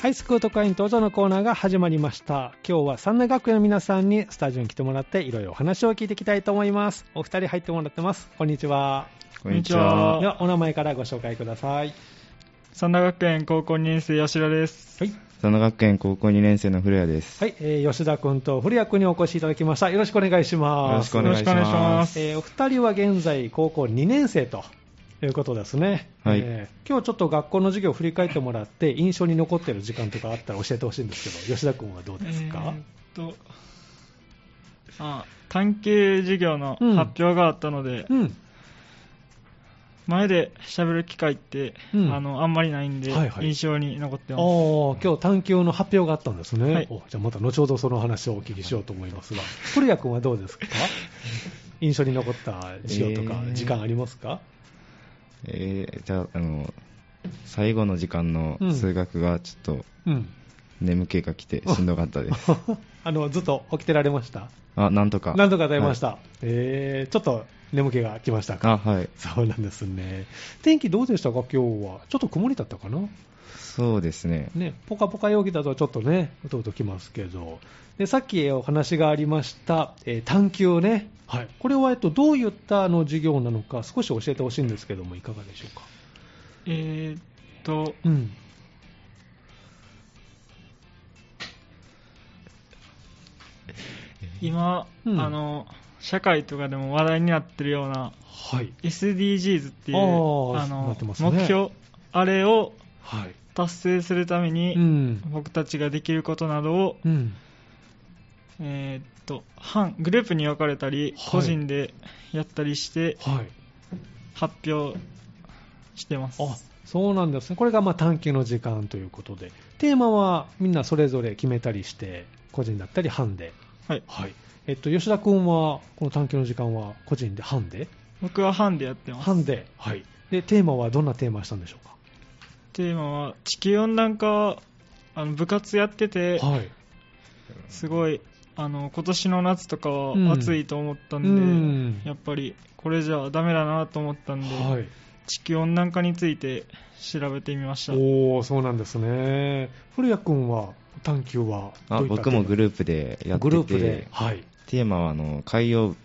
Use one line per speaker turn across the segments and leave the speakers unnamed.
ハイスクール会員登場のコーナーが始まりました。今日は三大学園の皆さんにスタジオに来てもらっていろいろお話を聞いていきたいと思います。お二人入ってもらってます。こんにちは。
こんにちは
では、お名前からご紹介ください。
三田学園高校2年生吉田です。
はい。
佐野学園高校2年生の古谷です。
はい、えー吉田君と古谷君にお越しいただきました。よろしくお願いします。
よろしくお願いします
えーお二人は現在高校2年生ということですね、
はい
えー今日ちょっと学校の授業を振り返ってもらって印象に残っている時間とかあったら教えてほしいんですけど吉田君はどうですか、
えーっと、あ、探究授業の
うん
発表があったので、
うん
前で喋る機会って、
うん
あの、あんまりないんで、
はいはい
印象に残って
あ
ます。
ー今日探究の発表があったんですね、
はい
おじゃあまた後ほどその話をお聞きしようと思いますが古谷君はどう ですか印象に残った授業とか
えー
時間ありますか、
えー、じゃあ、あの、最後の時間の
うん
数学がちょっと
うん
眠気が来てしんどかっ たです。
あのずっと起きてられました
あ、なんとか。
何度か与えました、
は
えーちょっと眠気が来ました
い
か
あ、はい。
そうなんですね天気どうでしたか今日はちょっと曇りだったかな
そうですね。
ねポカポカ陽気だとちょっとねうとうときますけどでさっきお話がありました、えー探究ね、はい、これはえっとどういったあの授業なのか少し教えてほしいんですけどもいかがでしょうか
えーっと、
うん
今、
うん
あの、社会とかでも話題になってるような
はい、
SDGs っていう、
あ
あ
ーな
の
って、ますね
目標、あれを
はい、
達成するために、
うん
僕たちができることなどを、
うん
えーっと班グループに分かれたり、
はい
個人でやったりして
はい
発表してます
あそうなんですね、これがまあ探究の時間ということで、テーマはみんなそれぞれ決めたりして、個人だったり、班で、
はい、
はいえっと、吉田君は、この探究の時間は個人で、班で、
僕は班でやってます
班で,、はい、で、テーマはどんなテーマしたんでしょう
テーマは地球温暖化あの部活やってて、
か、はい、
すごいあの今年の夏とか
うん
は暑いと思ったんで、
うん
やっぱりこれじゃダメだなと思ったんで、
はい、
地球温暖化について調べてみました
おー、そうなんですね、古谷君は、探究は
あ、僕もグ
ー
ループでやってて、
グループで、はい、
テーマは、あの、海洋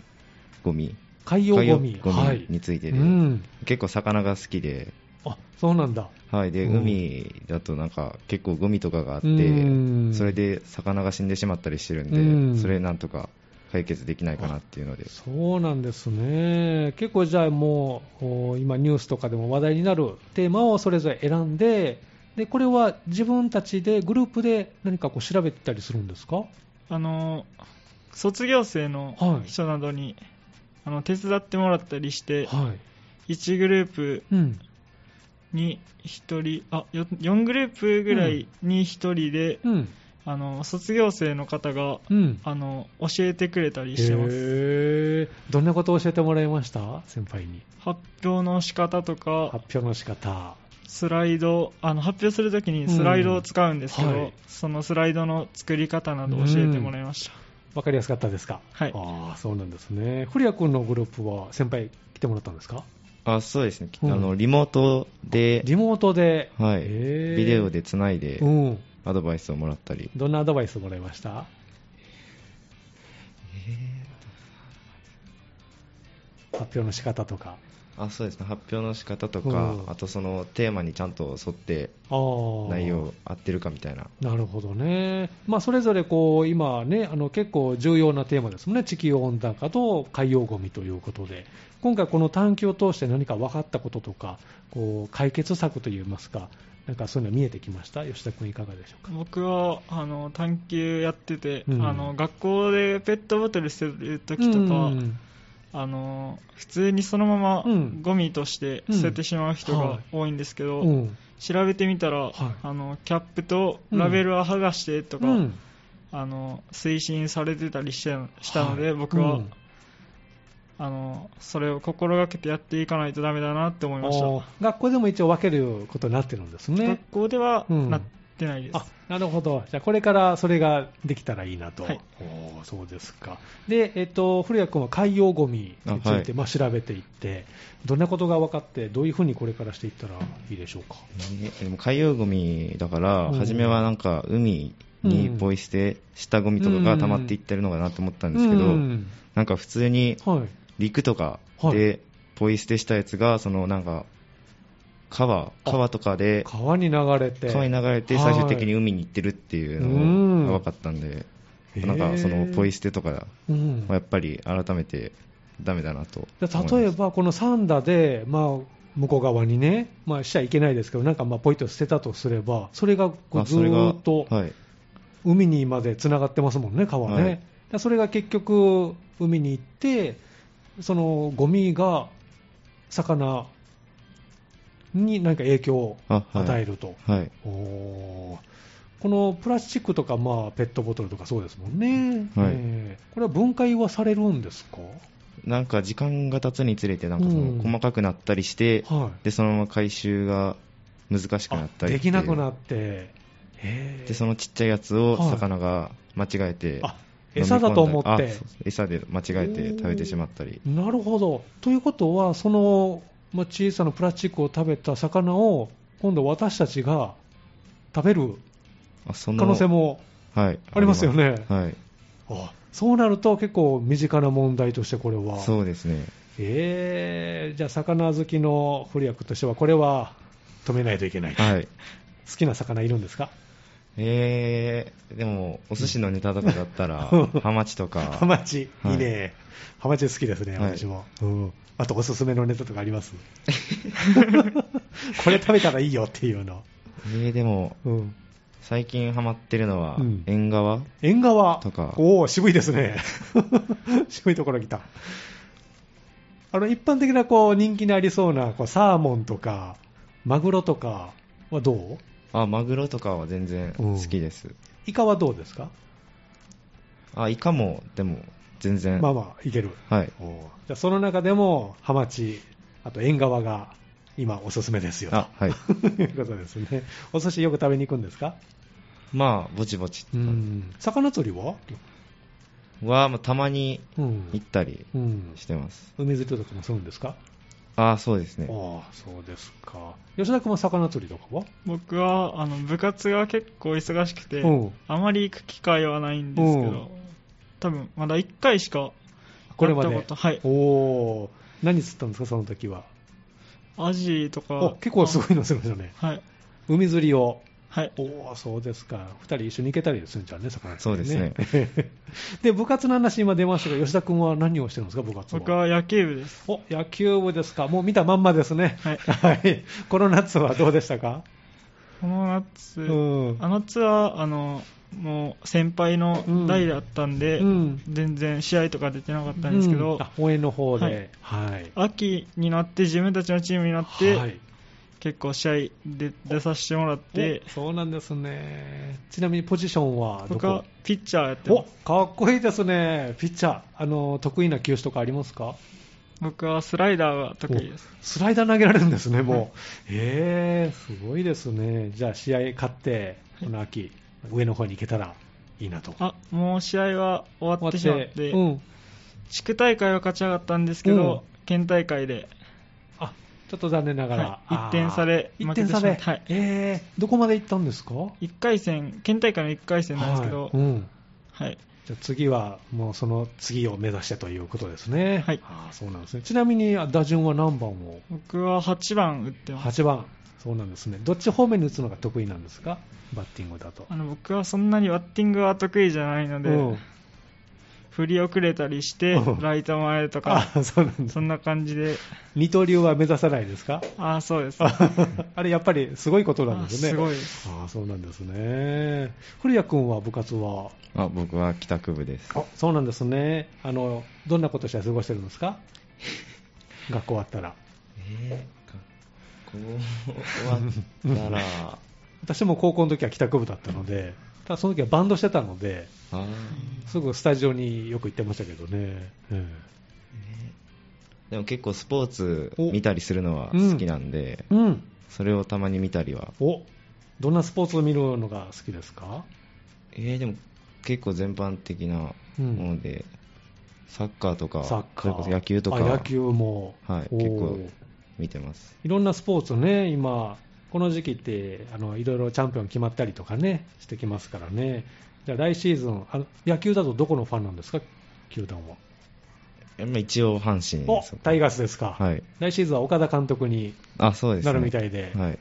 ゴミ。
海洋ゴミ
海洋
はい
について
う
で、
ん、
結構魚が好きで、
あそうなんだ。
はい。で、
うん
海だとなんか結構ゴミとかがあって
うん、
それで魚が死んでしまったりしてる
うん
んで、それなんとか解決できないかなっていうので。
そうなんですね、結構じゃあもう、お今、ニュースとかでも話題になるテーマをそれぞれ選んで、でこれは自分たちで、グループで何かこう調べてたりするんですか
あの卒業生の
はい
人などに、あの手伝ってもらったりして、
は
1グループ
い、うん、
に1人あよ4グループぐらいに1人で、
うん、
あの卒業生の方が、
うん。
あの教えてくれたりしてます
へーどんなことを教えてもらいました先輩に。
発表の仕方とか
発表の仕方。
スライドあの発表するときにスライドを使うんですけど、
うんはい
そのスライドの作り方など教えてもらいました、
わかりやすかったですか
はい
ああ、そうなんですね。古谷君のグループは先輩来てもらったんですか
あそうですね、
うん
あのリモートで、
リモートで。
はい、
へー
ビデオでつないで
うん。
アドバイスをもらったり、
どんなアドバイスもらいました発表の仕方とか。
あそうですね発表の仕方とか、
うん
あとそのテーマにちゃんと沿って
あー
内容合ってるかみたいな、
なるほどね、まあ、それぞれこう今ね、あの結構重要なテーマですもんね、地球温暖化と海洋ゴミということで、今回、この探究を通して何か分かったこととか、こう解決策といいますか、なんかそういうの見えてきました、吉田君、いかがでしょうか。
僕はあの探求やってて、
うん
あの学校でペットボトル捨てるときとか、
うん
あの普通にそのまま
うん
ゴミとして捨ててしまう人
うんは
が
い
多いんですけど、
うん
調べてみたら、
い
あのキャップとラベルは剥がしてとか、
うん
あの推進されてたりしてしたので、
はい
僕は、
うん
あのそれを心がけてやっていかないとダメだなって思いました
おー学校でも一応分けることになってるんですね
学。校では
うん
な、ってないです
あなるほど、じゃあこれからそれができたらいいなと、
はい
おーそうですか、でえっと、古谷君は海洋ゴミにつ
あはい
て
い
まあ調べていって、どんなことが分かって、どういうふうにこれからしていったらいいでしょうか。
えでも海洋ゴミだから、
うん
初めはなんか海にポイ捨てしたゴミとかが溜まっていってるのかなと思ったんですけど、
うん
なんか普通に
はい
陸とか
は
でポイ捨てしたやつが、そのなんか川、
あ
川とかで、
川に流れて、
川に流れて
はい
最終的に海に行ってるっていう
うん
のが分かったんで、なんかそのポイ捨てとかは
うん
やっぱり改めてダメだなと
で例えばこのサンダで、まあ、向こう側にね、まあ、しちゃいけないですけど、なんかまあポイッと捨てたとすれば、それがこう
あ
ず
それが
ーっと
はい、
海にまでつながってますもんね、川ね。
は
だ
い
からそれが結局、海に行って、そのゴミが魚に何か影響を
あはい
与えると。
はい、
おーこのプラスチックとか、まあ、ペットボトルとかそうですもんね、
はい
えーこれは分解はされるんですか、
なんか時間が経つにつれてなんかそ
うん
の細かくなったりして、
はい、
でそのまま回収が難しくなったり
あできなくな
っ
って、へ
て
ー
でそのちっちゃいやつを
はい
魚が間違えて、
あ餌だと思っ
飲み込んだり
て
あそう餌で間違えて食べてしまったり
なるほど。ということは、その、まあ、小さなプラスチックを食べた魚を、今度私たちが食べる
あそ
可
んな
能性も、
はい、
ありますよね
はい、
あそうなると結構身近な問題としてこれは。
そうですね
えー、じゃあ魚好きの古谷君としては、これは止めないといけない。好
はい
きな魚いるんですか
えー、でもお寿司のネタとかだった らハマチとか
ハマチ、
はい
いいね。ハマチ好きですね、
はい
私も。うん。あと、おすすめのネタとかあります これ食べたらいいよっていうの。
えー、でも
うん。
最近ハマってるのは、
うん
縁側
縁側。
とか
おお、渋いですね。 渋いところ来た。あの、一般的な、こう、人気にありそうな、こう、サーモンとか、マグロとかはどう
あマグロとかは全然好きです、
イカはどうですか
あイカもでも全然、
まあまあ、いける。
はい
おーじゃあ、その中でも、ハマチ、あと縁側が、今、おすすめですよと。
あはい
ということですね。お寿司よく食べに行くんですか
まあぼちぼち、
うん。魚釣りは
は、まあ、たまに
うん
行ったり
うん。
してます、
海釣りとかもするんですか、
あそうですね
ああ、そうですか。吉田君は魚釣りとかは
僕はあの部活が結構忙しくて、
うん
あまり行く機会はないんですけど、
うん
多分まだ1回しか
これまで
やったことはい
おお。何釣ったんですか、その時は。
アジとか
お結構すごいのするんですよね。
はい
海釣りを。
はい
おお、そうですか。二人一緒に行けたりするんじゃんね、魚釣り、
そうです
ね。 で、部活の話今出ましたが、吉田君は何をしてるんですか、部活は。
僕は野球部です
お、野球部ですか。もう見たまんまですね。
はい
はい。この夏はどうでしたか
この夏、
うん
あの夏はあのもう先輩の代だったんで、
うん
全然試合とか出てなかったんですけ
う
ど、
んあ応援の方で、はい。
秋になって自分たちのチームになって、
はい
結構試合で出させてもらって
おそうなんですね。ちなみにポジションはど
僕は
こ
ピッチャーやってま
お
す
かっこいいですね、ピッチャー、あの得意な球種とかありますか
僕はスライダーが得意です
おスライダー投げられるんですね、もう、へえすごいですね、じゃあ試合勝って、この秋、上の方に行けたらいいなと。
あもう試合は終わってしまって、
うん、
地区大会は勝ち上がったんですけど、県大会で
あちょっと残念ながら、
はい一点差で
1点
負けてし
差
ま
で、
ってはい
えーどこまで行ったんですか
1回戦県大会の1回戦なんですけど、
はいうん
はい、
じゃあ次はもうその次を目指してということですね。
はい
あーそうなんですね。ちなみにあ打順は何番を
僕は8番打ってます
8番。そうなんですね。どっち方面に打つのが得意なんですかバッティングだと。
あの僕はそんなにバッティングは得意じゃないので、
うん
振り遅れたりして、
うん
ライト前と
あ
か、
ーそうなんです
そ。んな感じで、
二刀流は目指さないですか
ああ、そうです、
あれやっぱりすごいことなんですね。
あすごい
あーそうなんですね。古谷君は部活は
あ僕は帰宅部です
あそうなんですね。あの、どんなことして過ごしてるんですか 学校終わったら。
えー、学校終わったら あ
私も高校の時は帰宅部だったので、ただその時はバンドしてたので、
ー
すぐスタジオによく行ってましたけどね。うん
でも結構スポーツ見たりするのは好きなんで、
うん。
それをたまに見たりは
お、どんなスポーツを見るのが好きですか
えー、でも結構全般的なもので、サッカーとか
サッカ
それこ
ー
そ野球とか
あ野球も、
はい
おー
結構見てます
いろんなスポーツね、今、この時期ってあのいろいろチャンピオン決まったりとかね、してきますからね、じゃあ来シーズン、あの野球だとどこのファンなんですか、球団は。
えまあ一応阪神
お
そこ
タイガースですか、
はい
来シーズンは岡田監督に
あそうです、ね、
なるみたいで、
はい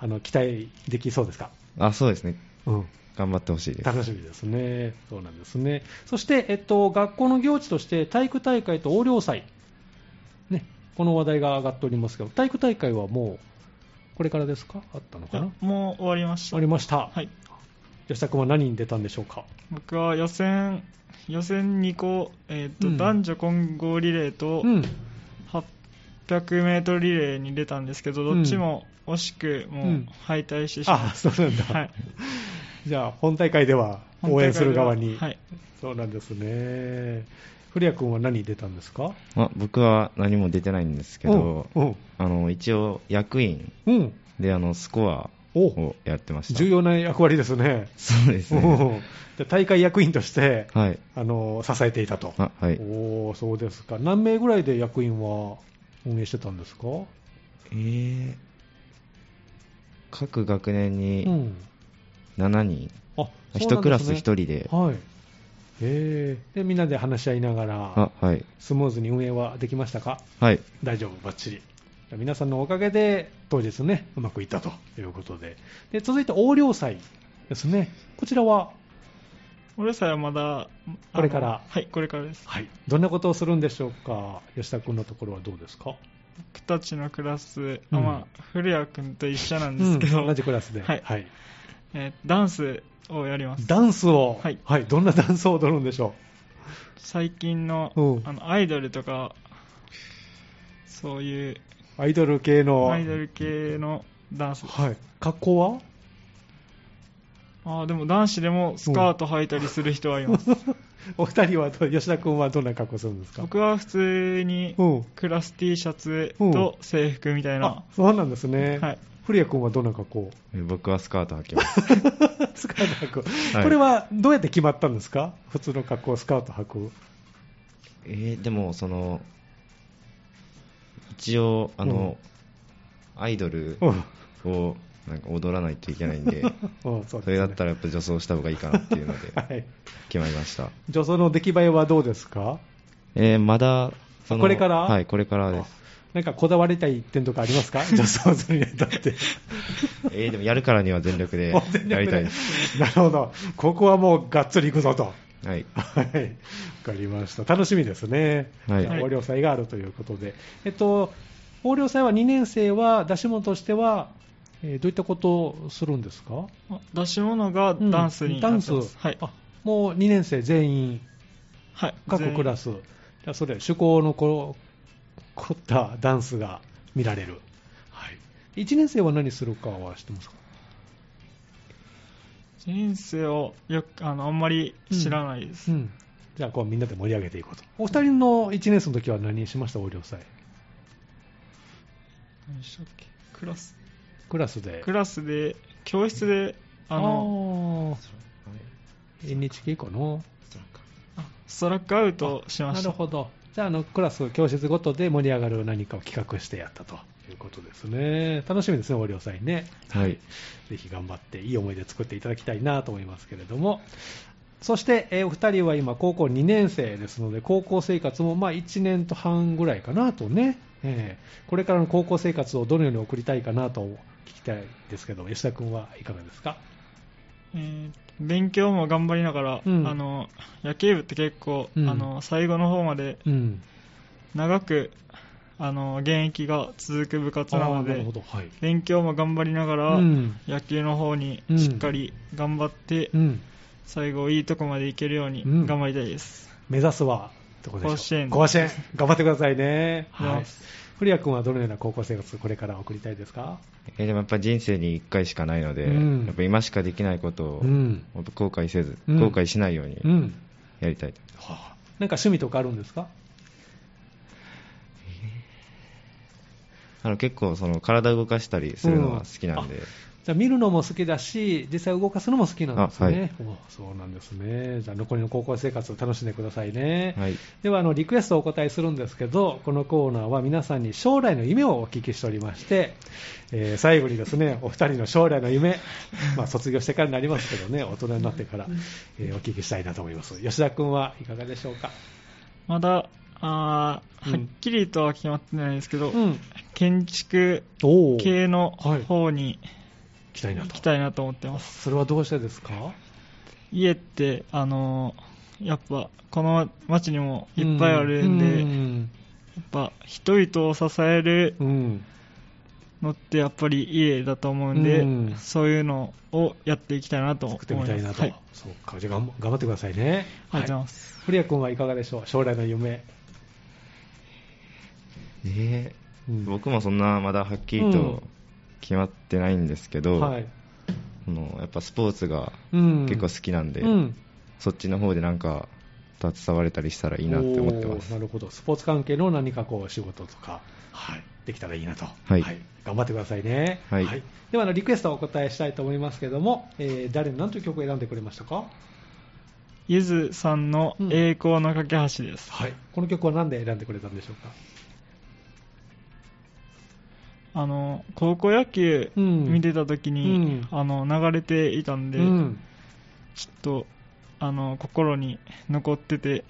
あの期待できそうですか。
あそうですね
うん
頑張ってほしいです
楽しみですね、そうなんですね、そして、えっと、学校の行事として体育大会と横領祭、ね、この話題が上がっておりますけど、体育大会はもう、これからですか、あったのかな、
もう終わりました
ありました、
はい
吉田君は何に出たんでしょうか、
僕は予選予選2個、えーと
うん
男女混合リレーと
うん、
800m リレーに出たんですけどどっちも惜しくも
う
うん敗退してしま
あ
っ
そ
て、
うなんだ、
はい、
じゃあ、本大会では応援する側に、
はい、
そうなんですね、古谷君は何に出たんですか
まあ、僕は何も出てないんですけど、
うんうん
あの一応役員
うん、
であのスコア
お
をやってました
重要な役割ですね。
そうですね
おうじゃあ 大会役員として、
はい
あの支えていたと、
あはい
おーそうですか、何名ぐらいで役員は運営してたんですか、
えー、各学年
う
に
ん
7人、
あ
一1クラス1
一
人で、
はいえー、でみんなで話し合いながら、
あはい
スムーズに運営はできましたか、
はい
大丈夫、ばっちり。じゃあ皆さんのおかげで、当日ね、うまくいったということで、で続いて横領祭ですね、こちらは、
俺さえはまだ
これから
あのはいこれからです
はい、どんなことをするんでしょうか、吉田君のところはどうですか。
僕たちのクラス、
う
あ
ん
まあ、古谷君と一緒なんですけど、
うん同じクラスで、
はいえーダンスをやります
ダンスを、は
はいい
どんなダンスを踊るんでしょ
最近の
うん
あのアイドルとかそういう
うアイドル系の
アイドル系のダンス
はい、格好は
あーでも男子でもスカート履いたりする人はいます、
お二人はど吉田君はどんな格好するんですか
僕は普通に
うん
クラス T シャツ
うん
と制服みたい
あ
な、
そうなんですね、
はい、
古谷君はどんな格好
え僕はスカート履きます
スカート履く、
はい
これはどうやって決まったんですか普通の格好スカート履く
えー、でもその一応あの、アイドル
うん
をなんか踊らないといけないんで
うんそうですね
それだったらやっぱ女装した方がいいかなっていう ので
はい
決まりました
女装の出来栄えはどうですか
えー、まだその
これから
はいこれからです
なんかこだわりたい点とかありますか 女装するにあたって
えー、でもやるからには全 力で
もう全力で
やりたいです、
なるほどここはもうがっつり行くぞと
はい、
はい、わかりました。楽しみですね。
はい
じゃあ横領祭があるということで、えっと横領祭は2年生は出し物としては、えーどういったことをするんですか？
あ出し物がダンス
う
に
んダ
な
ン
って
ス。
ます、はい
あ、もう2年生全員
はい、
各クラ
ス
ス。じゃあそれ趣向のこ凝ったダンスが見られる。はい。1年生は何するかは知ってますか？
人生をよくあのあんまり知らないです、
うん。じゃあこうみんなで盛り上げていこうと。お二人の1年生の時は何しました？横領祭。
何でしたっけクラス
クラスで。
クラスで教室であの
の NHK かな
ストラックアウトしま
な
し
る
た
ほどじゃああのクラス教室ごとで盛り上がる何かを企画してやったということですね楽しみですね横領祭ね
はい
ぜひ頑張っていい思い出作っていただきたいなと思いますけれどもそして、えーお二人は今高校2年生ですので高校生活もまあ1年と半ぐらいかなとね、えーこれからの高校生活をどのように送りたいかなと聞きたいですけど吉田君はいかがですか
えー勉強も頑張りながら、
うん
あの野球部って結構、
うん
あの最後の方まで
うん
長くあの現役が続く部活なの
あーなる
で
ほどはい
勉強も頑張りながら、
うん
野球の方に
うん
しっかり頑張って、
うん
最後いいとこまで行けるように
うん
頑張りたいです、
目指すはどこでしょう
甲子園
甲子園頑張ってくださいね、
は
はい
い、
古谷君はどのような高校生活これから送りたいですか、
えーでもやっぱ人生に1回しかないので、
うん
やっぱ今しかできないことを、
うん
やっぱ後悔せず、
うん
後悔しないように
うん、
やりたいと、
なんか趣味とかあるんですか
あの結構その体を動かしたりするのは好きなんで、
じゃあ見るのも好きだし、実際動かすのも好きなんですね。おそうなんですね。じゃあ残りの高校生活を楽しんでくださいね。
はい。
ではあのリクエストをお答えするんですけど、このコーナーは皆さんに将来の夢をお聞きしておりまして、えー最後にですね、お二人の将来の 夢、まあ卒業してからになりますけどね、大人になってから、えーお聞きしたいなと思います。吉田君はいかがでしょうか。
まだあーはっきりとは決まってないですけど、
うん。
建築
おー
系の
はい
方に
行きたいな
行
と
き。たいなと思ってます、
それはどうしてですか
家ってあのやっぱこの町にもいっぱいあるんで、や
ん
っぱ人々を支える
うん
のってやっぱり家だと思うんで、
うん
そういうのをやっていきたいなと思いま
作っ
す
てみたいなと、
はい、
そうかじゃあ頑張頑張ってくださいね
ありがとうござい
は
ま
い
す、
古谷君はいかがでしょう将来の夢、
え
う
ー
ん
僕もそんなまだはっきり
うん
と決まってないんですけど、
はい
そのやっぱスポーツが
うん、
結構好きなんで、
うん
そっちの方でなんか携われたりしたらいいなって思ってます
おーなるほどスポーツ関係の何かこう仕事とか、はい、できたらいいなと、
はい
頑張ってくださいね、
はい
ではあのリクエストをお答えしたいと思いますけども、えー誰の何という曲を選んでくれましたか、
ゆずさんの
うん
栄光の架け橋です、
はい、この曲は何で選んでくれたんでしょうか
あの高校野球
うん
見てた時に、
う
あの流れていたんで、
うん
ちょっとあの心に残ってて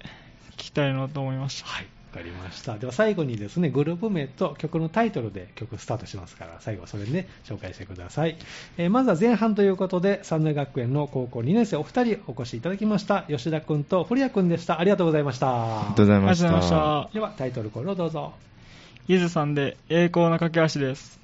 聞きたいなと思いました、
はい、わかりました。では最後にですね、グループ名と曲のタイトルで曲スタートしますから、最後はそれでね、紹介してください。えーまずは前半ということで、三大学園の高校2年生お二人お越しいただきました。吉田くんと古谷くんでした。ありがとうございました。
ありがとうございまし
ありがとうござい
た
ま
ではタイトルコールをどうぞ。
ゆずさんで栄光の架け橋です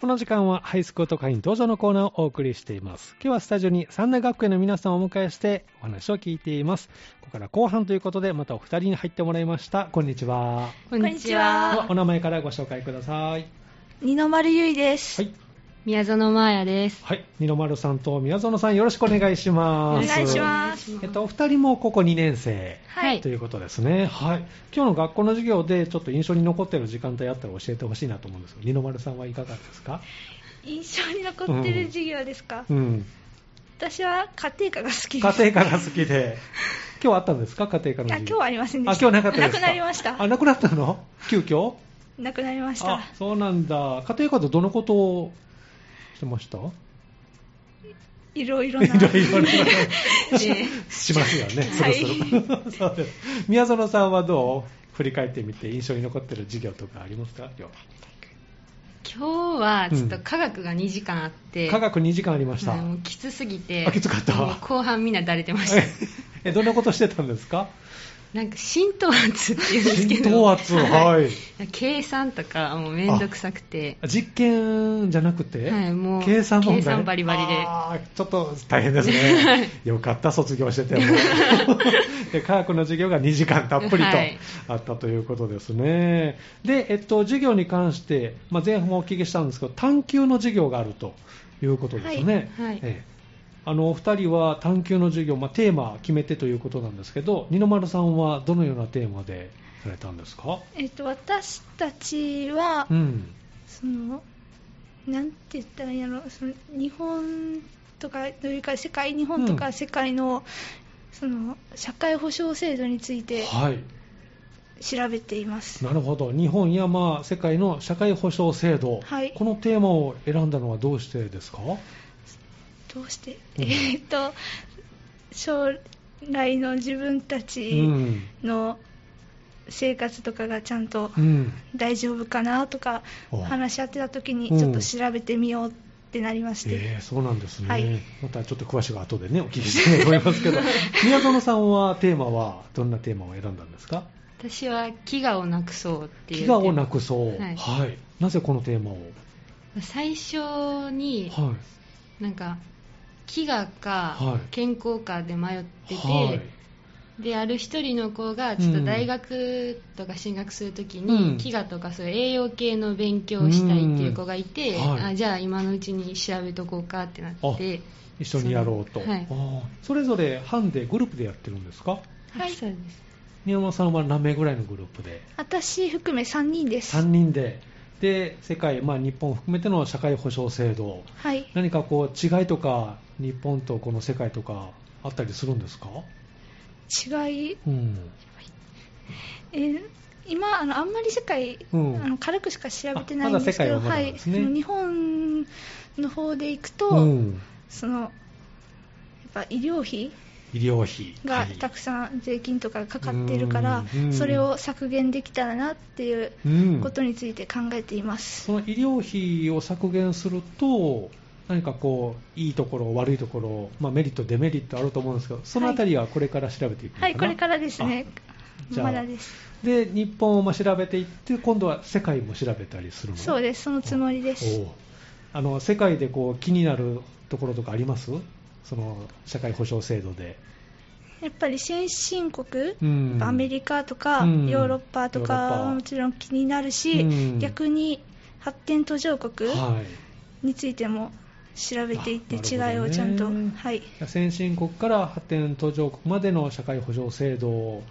この時間はハイスクート会員登場のコーナーをお送りしています。今日はスタジオに三大学園の皆さんをお迎えしてお話を聞いています。ここから後半ということで、またお二人に入ってもらいました。こんにちは。
こんにちは
お。名前からご紹介ください。
二の丸ゆいです。
はい。
宮園真彩です。
はい、二の丸さんと宮園さん、よろしくお願いします。
お願いします。
えっと、お二人もここ2年生
はい
と。いうことですね。はい。今日の学校の授業で、ちょっと印象に残っている時間帯あったら教えてほしいなと思うんですけど、二の丸さんはいかがですか
印象に残ってる授業ですか、
うん。
私は家庭科が好
家
きで
庭
す。
科が好きで、今日あったんですか家庭科の授
あ今日
業。
はありませんでした。
あ今日なかったですか
なくなりました
あ、。なくなったの急遽
なくなりました
あ。、そうなんだ。家庭科でどのことをしてました
いろいろ
い
な。
ろいろな
え
しますよね、
はい
そろそろ そうです。宮園さんはどう振り返ってみて印象に残ってる授業とかありますか今
今日はちょっと科学が2時間あって、
日科学2時間ありました。
あのきつすぎて、
あきつかった
もう後半みんなだれてました。
え、どんなことしてたんですか
なんか浸透圧っていうんですけ
浸
ど、
透圧、はい。
計算とかもうめんどくさくて、
実験じゃなくて、
はいもう
計算問題
計算バリバリで
あーちょっと大変ですね。よかった、卒業してても。 で科学の授業が2時間たっぷりと
はい
あったということですね。で、えっと、授業に関して、まあ、前半もお聞きしたんですけど、探究の授業があるということですね。
はいはい
ええあのお二人は探究の授業、まあ、テーマ決めてということなんですけど、二の丸さんはどのようなテーマでされたんですか、
えっと、私たちは、
うん、
その、なんて言ったらいいんやろ、その日本とか、というか世界、日本と
うん
か世界の、その、社会保障制度について
はい、
調べています。
なるほど日本や、まあ、世界の社会保障制度、
はい
このテーマを選んだのはどうしてですか
どうして、
うん
えーっと将来の自分た
う
ち
ん、
の生活とかがちゃんと
うん、
大丈夫かなとか
お
話し合ってた時
うん
にちょっと調べてみようってなりまして、
えーそうなんですね、
はい
またちょっと詳しくは後でねお聞きしたいと思いますけ ど宮園さんはテーマはどんなテーマを選んだんですか
私は飢餓をなくそうっていう。
飢餓をなくそう、は
はいい
なぜこのテーマを、
最初に、
は
なんか、飢餓
は
か
い
健康かで迷ってて、
はい
で、ある一人の子が、ちょっと大学とか進学するときに、
うん
飢餓とかそういう栄養系の勉強をしたいっていう子がい
う
て、
んはい
あじゃあ今のうちに調べとこうかってなって、
一緒にやろうと
はい
あーそれぞれ班でグループでやってるんですか
あ
はい
そうです。
宮本さんは何名ぐらいのグループで
私含め3人です
3人でで世界、まあ、日本を含めての社会保障制度
はい
何かこう違いとか日本とこの世界とかあったりするんですか、
違い、
うん、
えー今あのあんまり世界、
うん
あの軽くしか調べてないんですけ
あ
ど、
まだ世界はまだなんですね
はい、その日本の方でいくと、
うん、
そのやっぱ医療費
医療費
がたくさん税金とかがかかっているから、
うん
それを削減できたらなっていう
うん
ことについて考えています、
その医療費を削減すると、何かこう、いいところ、悪いところ、まあ、メリット、デメリットあると思うんですけど、そのあたりはこれから調べていくのかな、
はいこれからですね
あじゃあ
まだです
で、日本をまあ調べていって、今度は世界も調べたりするの
そうですそのつもりで
お
す
うあの世界でこう気になるところとかありますその社会保障制度で。
やっぱり先進国、
うん
アメリカとか、
うん
ヨーロッパと
ヨーロッ
か
パ
はもちろん気になるし、
うん
逆に発展途上国
はい
についても調べていって
あ
違
なる
い
ほどね
をちゃんと、はい、
先進国から発展途上国までの社会保障制度を、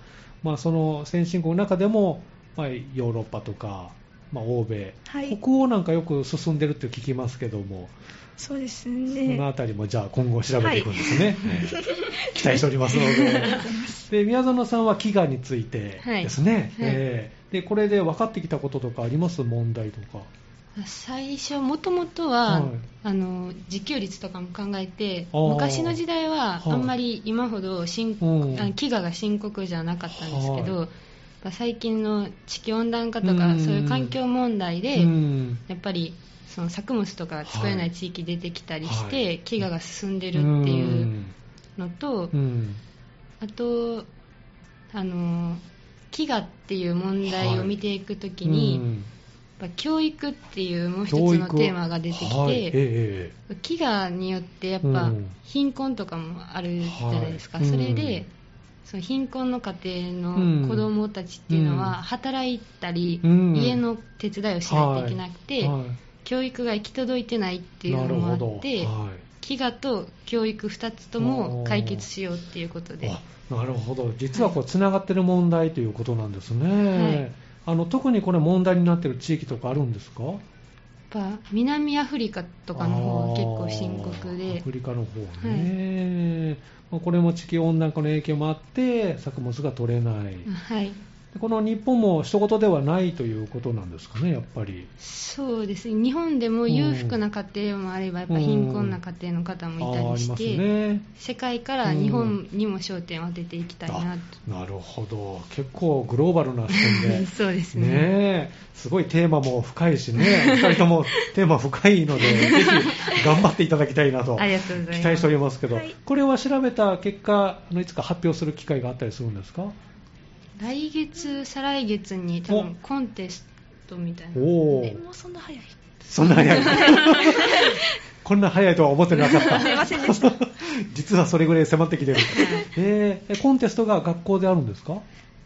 まあ、その先進国の中でも、まあ、ヨーロッパとか、まあ、欧米、
はい
北欧なんかよく進んでるって聞きますけども、
そうです
その
ね
あたりもじゃあ今後調べていくんですね、期待しておりますのでで宮園さんは飢餓についてですね、えーでこれで分かってきたこととかあります問題とか。
最初もともと
は
は、
い
あの自給率とかも考えて
あー
昔の時代は
はい
あんまり今ほど深刻、
うん
あ飢餓が深刻じゃなかったんですけど、
は
や
い
っぱ最近の地球温暖化と
う
か
ん
そういう環境問題で、
うん
やっぱりその作物とか作れない地域出てきたりして、
はい
飢餓が進んでるっていうのと、
うんうん
あとあの飢餓っていう問題を見ていくときに、
うん
やっぱ教育っていうもう一つ
教
の
育
テーマが出てきて、
はいえええ
飢餓によってやっ
う
ぱ
ん
貧困とかもあるじゃないですか、
はい
それ
うん
で、その貧困の家庭
うん
の子供たちっていうの
うん
は働いたり、
うん
家の手伝いをしないといけなくて、
えはい
教育が行き届いてないっていうのもあっ
な
て、
るほどはい
飢餓と教育2つとも解決しようっていうことで、
あなるほど実はこうつながってる問題ということなんですね、あの特にこれ問題になってる地域とかあるんですか
やっぱ南アフリカとかの方は結構深刻
あー
で
アフリカの方ね、まあこれも地球温暖化の影響もあって作物が取れない、
はい、
この日本も一事ではないということなんですかねやっぱり
そうですね日本でも裕福な家庭もあればやっぱ貧困な家庭の方もい
あー
た
あ
り
り
し
ます
て、
ね
世界から日本にも焦点を当てていきたいな
あなるほど結構グローバルな視点
と、
で
そうですね
ねえ、すごいテーマも深いしね、2人ともテーマ深いので、ぜひ頑張っていただきたいなと
ありがとうございます
期待しておりますけど、
はい
これは調べた結果、あのいつか発表する機会があったりするんですか
来月再来月に多分コンテストみたいな
お
え
お、
もうそんな早い
そんな早い。こんな早いとは思ってなかった。
すいませんでした
実はそれぐらい迫ってきてる。えーえコンテストが学校であるんですか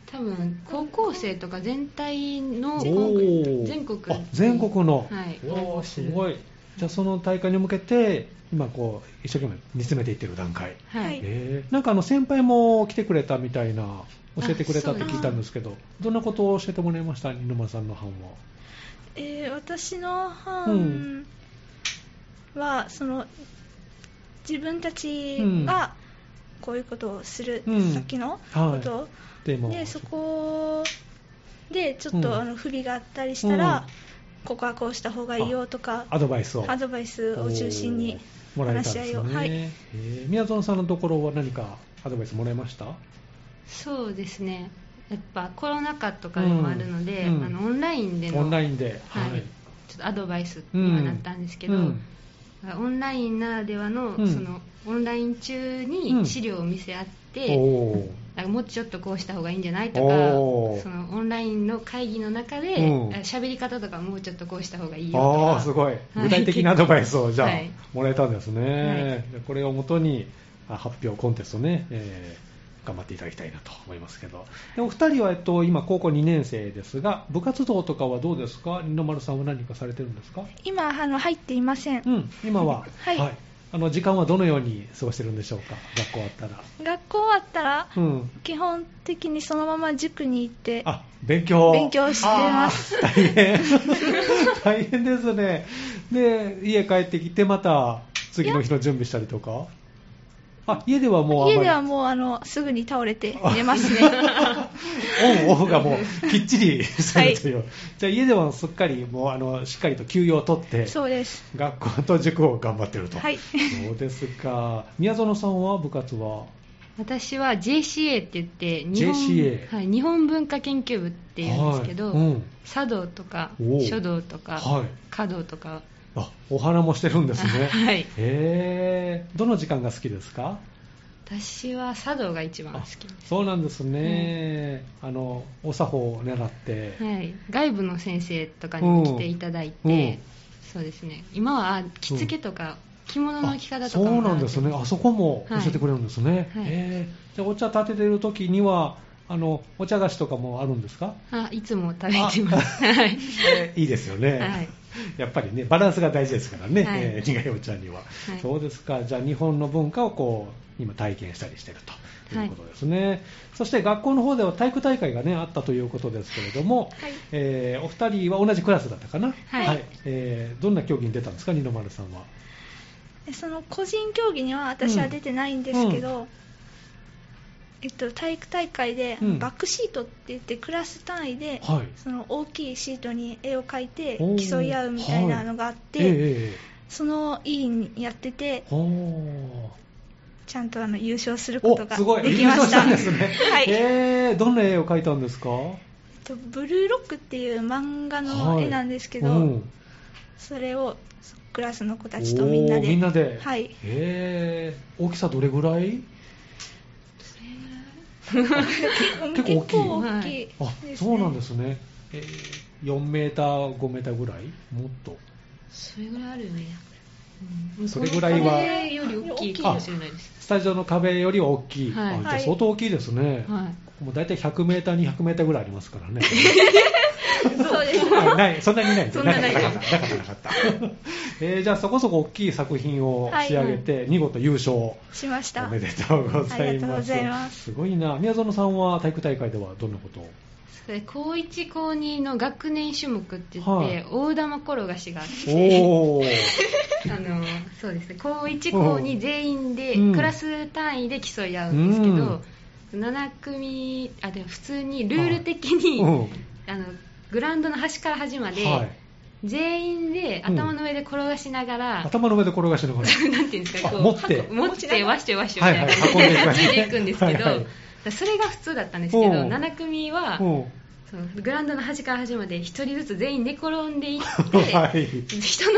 多分高校生とか全体の
おー
全国
あ全国の、
はい
おーすごいじゃあその大会に向けて今こう一生懸命煮詰めていってる段階、
は
はいい
えーなんかあの先輩も来てくれたみたいな教えてくれたって聞いたんですけどどんなことを教えてもらいました二沼さんの班は
えー私の
う
班
ん
は、その自分たちがこういうことをする、
うん
さっきのことを、
テーマは
でそこでちょっと、
うん
あの不備があったりしたら、ここはこうした方がいいよとか
アドバイスを
アドバイスを中心に
おーもらえたんですよね、
話し合いをはい
えー宮園さんのところは何かアドバイスもらいました
そうですねやっぱコロナ禍とかでもあるので、
うんうん
あのオンラインでの
オンラインで、
はいちょっとアドバイスにはなったんですけど、
うん
オンラインならではの,、
うん
そのオンライン中
うん
に資料を見せ合って、
おー
なんかもうちょっとこうした方がいいんじゃないとか
おー
そのオンラインの会議の中で
うん
あ喋、り方とかもうちょっとこうした方がいいよとか
ああすごい
は
具体的なアドバイスをじゃあ、
はい
もらえたんですね、
はい
じゃあこれをもとにあ発表コンテストね、えー頑張っていただきたいなと思いますけどでお二人は、えっと、今高校2年生ですが部活動とかはどうですか二の丸さんは何かされてるんですか
今あの入っていません、
うん今は
はい
あの時間はどのように過ごしてるんでしょうか、学校終わったら。
学校終わったら、
うん、
基本的にそのまま塾に行って、
あ勉強。
勉強してます
あー大変 大変ですね。で、家帰ってきて、また次の日の準備したりとか。あ家ではもうあんまり
家ではもうあのすぐに倒れて寝ますね。
オンオフがも うきっちりされてる、じゃあ家ではすっかりもうあのしっかりと休養を取って
そうです。
学校と塾を頑張ってると、
はい
そうですか宮園さんは部活は
私は JCA って言って日本
JCA
はい、日本文化研究部っていうんですけど、
はいうん
茶道とか
おう
書道とか、
はい
華道とか
あお花もしてるんです ね
はい
へえどの時間が好きですか
私は茶道が一番好き
あそうなんですね、あのお作法を狙って、
はい、外部の先生とかにも来ていただいて、
うんうん
そうですね今はあ着付けとか、着物の着方とか
あ
も
そうなんですね、
習っ
あ
て
そこも教えてくれるんですね、
はい
へーじゃあお茶立ててる時にはあのお茶菓子とかもあるんですか、
あいつも食べてます はい
えーいいですよね、
はい
やっぱりねバランスが大事ですからね、
はい
えー苦いお茶には、
はい
そうですかじゃあ日本の文化をこう今体験したりしてるということですね、そして学校の方では体育大会がねあったということですけれども、
はい
えーお二人は同じクラスだったかな
はい
えーどんな競技に出たんですか二の丸さんは
でその個人競技には私は出てないんですけど、えっと、体育大会で
うん
バックシートって言ってクラス単位で、
はい
その大きいシートに絵を描いて
おー
競い合うみたいなのがあって、
ええええ
その委員やってて
ほー
ちゃんとあの優勝するこ
お
とが
すごい
できま
優勝
し
したたんですね、
はいえっ
えーどんな絵を描いたんですか
とブルーロックっていう漫画の
はい
絵なんですけど、
うん
それをクラスの子たちとみんな
おー
で
みんなで
はい
えー大きさどれぐらい構大きい
結結構大きいです、ね
あそうなんですね、えー4メーター、5メーターぐらい、もっと、
それぐらいあるよね
うんそれぐらいは
この壁より大きいかもしれないです
スタジオの壁よりは大きい、
は
あ
い
じゃ
は
あ
い
相当大きいですね、
は
ここも大体100メーター、200メーターぐらいありますから ね、
そうです
あないそんなにないです
そんなない
なかった、なかった、なかった、えーじゃあ、そこそこ大きい作品を仕上げて、見事優勝、お
しました
めでとうございます、
ありがとうございます
ごいな、宮園さんは体育大会ではどんなこと を
それ高1高2の学年種目って言って、
はい
大玉転がしがあって
おー
あのそうですね高1高2全員で、
うん
クラス単位で競い合うんですけど、7組あでも普通にルール的に、
うん
あのグラウンドの端から端まで、
はい、
全員で頭の上で転がしながら、
頭の上で転がし ながら
なんていうんですかこ
あ
う
持って
箱持ってわっしょいわっしょ
はいい
み
は
た
い
いな感じで
運んでいくわけね
担いでいくんですけど、
はいはい
だそれが普通だったんですけど
うん
7組は、
うん
そのグラウンドの端から端まで1人ずつ全員寝転んでいって、
はい、
人の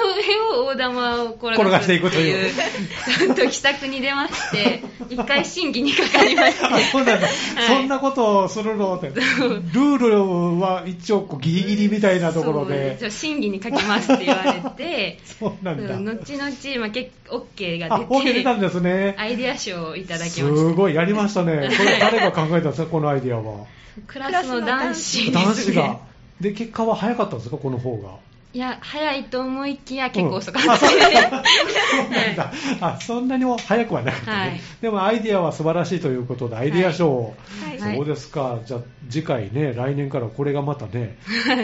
上を大玉を転
転が
が
し
す
て
て
いくという
いうちゃんと奇策に出まして1回審議にかかりまして
あそうなんだ、
はい
そんなことをするのって、ルールは一応こうギリギリみ たいなところで、
そう審議にかけますって言われて
そうな
後
んだ、
々、まあ、結 OK
あ
が出て
本気出たんですね、
アイデア賞をいただきますした
ごい、やりましたね、これ、誰が考えたんですか、このアイディアは、
クラスの男子 ですね
男子が、で結果は早かったんですか、この方が。
いや早いと思いきや結構遅かったです、
そうなんだあそんなに早くはなかったね、
はい
でもアイディアは素晴らしいということで、アイディア賞を、
はい
はい
そうですか、じゃあ次回ね、来年からこれがまたね、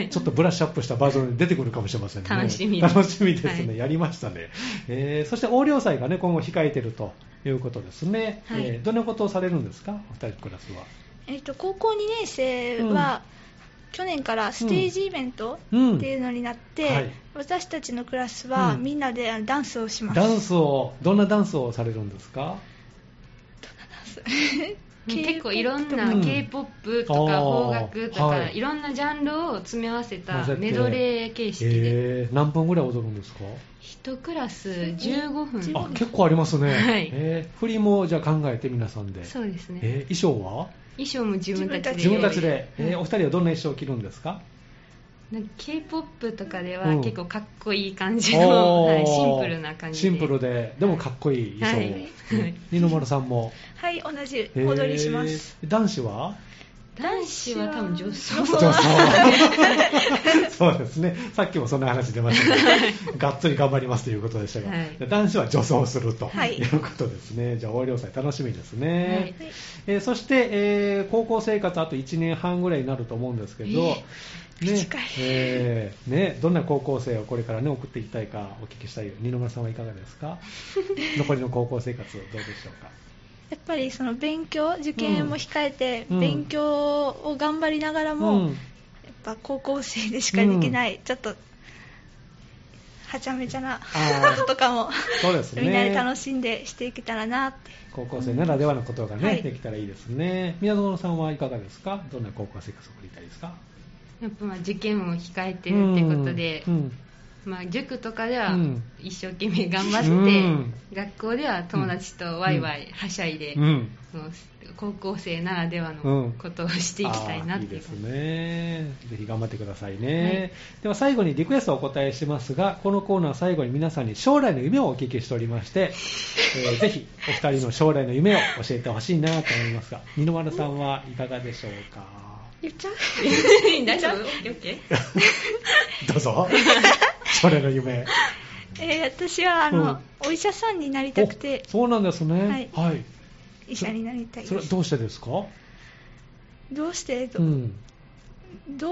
ちょっとブラッシュアップしたバージョンで出てくるかもしれませんね。
楽しみです
楽しみですね。
はい
やりましたね。えーそして横領祭がね、今後控えてるということですね。
はい
えーどんなことをされるんですか、お二人クラスは。
えっと、高校2年生は、去年からステージイベントって
うん
いうのになって、
うんはい
私たちのクラスは
うん
みんなであのダンスをします、
ダンスを、どんなダンスをされるんですか
結構いろん
う
なん k p o p とか
あー
邦楽とか、
はい
い、ろんなジャンルを詰め合わせた
混ぜて
メドレー形式で、
えー何分ぐらい踊るんですか
一クラス15分
あ、結構ありますね。
はい
えー振りもじゃあ考えて皆さんで。
そうですね、
えー衣装は
衣装も自分たちで
自分たち
用意
で、えーお二人はどんな衣装を着るんですか
なんか k p o p とかで
う
は
ん
結構かっこいい感じの、
おー
はいシンプルな感じ
シンプルででもかっこいい衣装を、
はいはい
うん二の丸さんも
はい同じ踊りします、
へー男子は
男子は多分女
そ
装
うそうそうですね、さっきもそんな話出ましたけど、がっつり頑張りますということでしたが、
はい
男子は女装すると
はい
いうことですね、じゃあ、横領祭、楽しみですね、
はい
えーそして、えー高校生活、あと1年半ぐらいになると思うんですけど、ね
短い
えーね、どんな高校生をこれから、ね、送っていきたいかお聞きしたい、二村さんはいかがです か、残りの高校生活、どうでしょうか。
やっぱりその勉強受験も控えて、
うん
勉強を頑張りながらも、やっぱ高校生でしかできない、ちょっとはちゃめちゃな
あー
こととかも
そうですね
みんなで楽しんでしていけたらなって
高校生ならではのことがね、
はい
できたらいいですね。宮園さんはいかがですかどんな高校生活を送りたいですか
やっぱまあ受験を控えてるってことで、
うん
まあ、塾とかでは
うん
一生懸命頑張って、
うん
学校では友達とワイワイはしゃいで、
うん
もう高校生ならではのことをしていきたいな
あー
っ
いい
てい
で
う
すねぜひ頑張ってくださいね、では最後にリクエストをお答えしますがこのコーナー最後に皆さんに将来の夢をお聞きしておりまして、えーぜひお二人の将来の夢を教えてほしいなと思いますが二の丸さんはいかがでしょうか
言っちゃう
大丈夫 ?OK?
どうぞ将来の夢
えー私はあの、
うん
お医者さんになりたくて
おそうなんですねはい、
医者になりたい
それは
です
どうしてですか
どうしてど,、
うん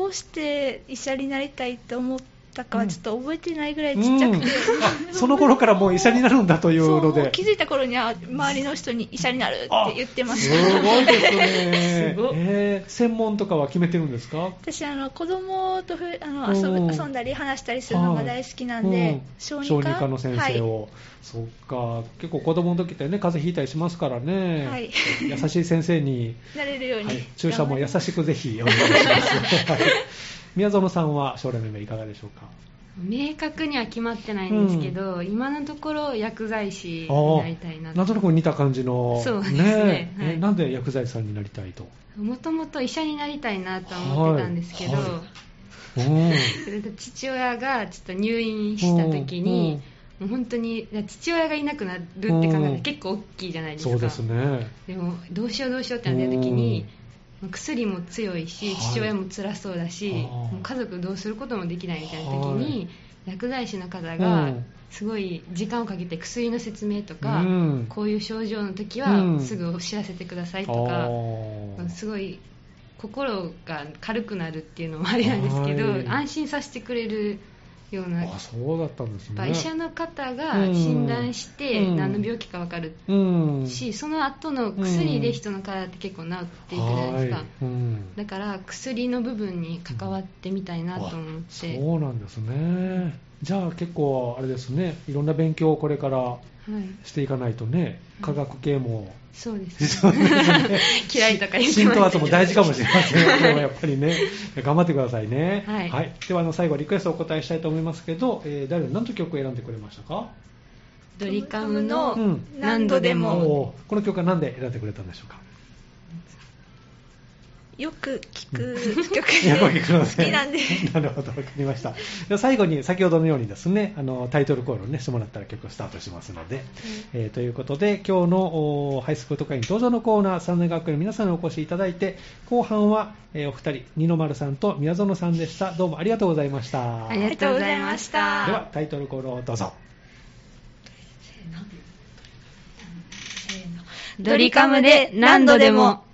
うして医者になりたいと思ったかはちょっと覚えてないぐらいちっちゃくて、
うんあその頃からもう医者になるんだという
そう
の
も
で
う気づいた頃には周りの人に医者になるって言ってます
すごいですね
すごい
えー専門とかは決めてるんですか
私あの子供とふあの遊
うん
ぶ遊んだり話したりするのが大好きなん
はい
で、
うん
小児
小
科
児科の先生を、そっか結構子供の時ってね風邪ひいたりしますからね、
はい
優しい先生に、
はい、なれるように、
はい注射も優
頑張り
しくぜひお願いします、はい宮園さんは将来の夢いかがでしょうか
明確には決まってないんですけど、今のところ薬剤師になりたいな
あーなんとなく似た感じの
そうですね
え
はい
えなんで薬剤師さんになりたいと、
もともと医者になりたいなとは思ってたんですけど、
はいはうん
父親がちょっと入院した時に、もう本当に父親がいなくなるって考えた
う
ら
ん
結構大きいじゃないですか
そうですね
でもどうしようどうしようってなった時に薬も強いし
はい
父親も辛そうだし、
あー
もう家族どうすることもできないみたいな時
はい
に、薬剤師の方
う
が
ん
すごい時間をかけて薬の説明とか、
うん
こういう症状の時
うん
はすぐお知らせてくださいとか
あ、ー
すごい心が軽くなるっていうのもあれなんですけど、
はい
安心させてくれるような
あそうだったんです
やっぱ
ね
医者の方が
うん
診断して
うん
何の病気か分かる
うん
し、その後の薬で人の体って結構治っていくじゃないですか、
はいうん
だから薬の部分に関わってみたいなと思っ
あ
て、
そうなんですねじゃあ結構あれですねいろんな勉強をこれから
はい、
していかないとね科学系も
そうです、ね、 嫌いとか言って
浸透
ました
圧も大事かもしれません よでもやっぱりね頑張ってくださいね
はい
ではあの最後リクエストお答えしたいと思いますけど、えー、誰何と曲を選んでくれましたか
ドリカム
う
の
ん
何度で
お
も
ーこの曲は何で選んでくれたんでしょうか
よく聞く 曲
いや、ごめんなさ
好
い
きなんで
なるほど、わかりました。では最後に、先ほどのようにですね、あの、タイトルコールをね、してもらったら曲をスタートしますので、えーということで、今日のおハイスクール特会員登場のコーナー、三大学園の皆さんにお越しいただいて、後半は、えーお二人、二の丸さんと宮園さんでした。どうもありがとうございました。
あ
で
りがとうございました
ありがとうございました
は、タイトルコールをどうぞ。
ドリカムで何度でも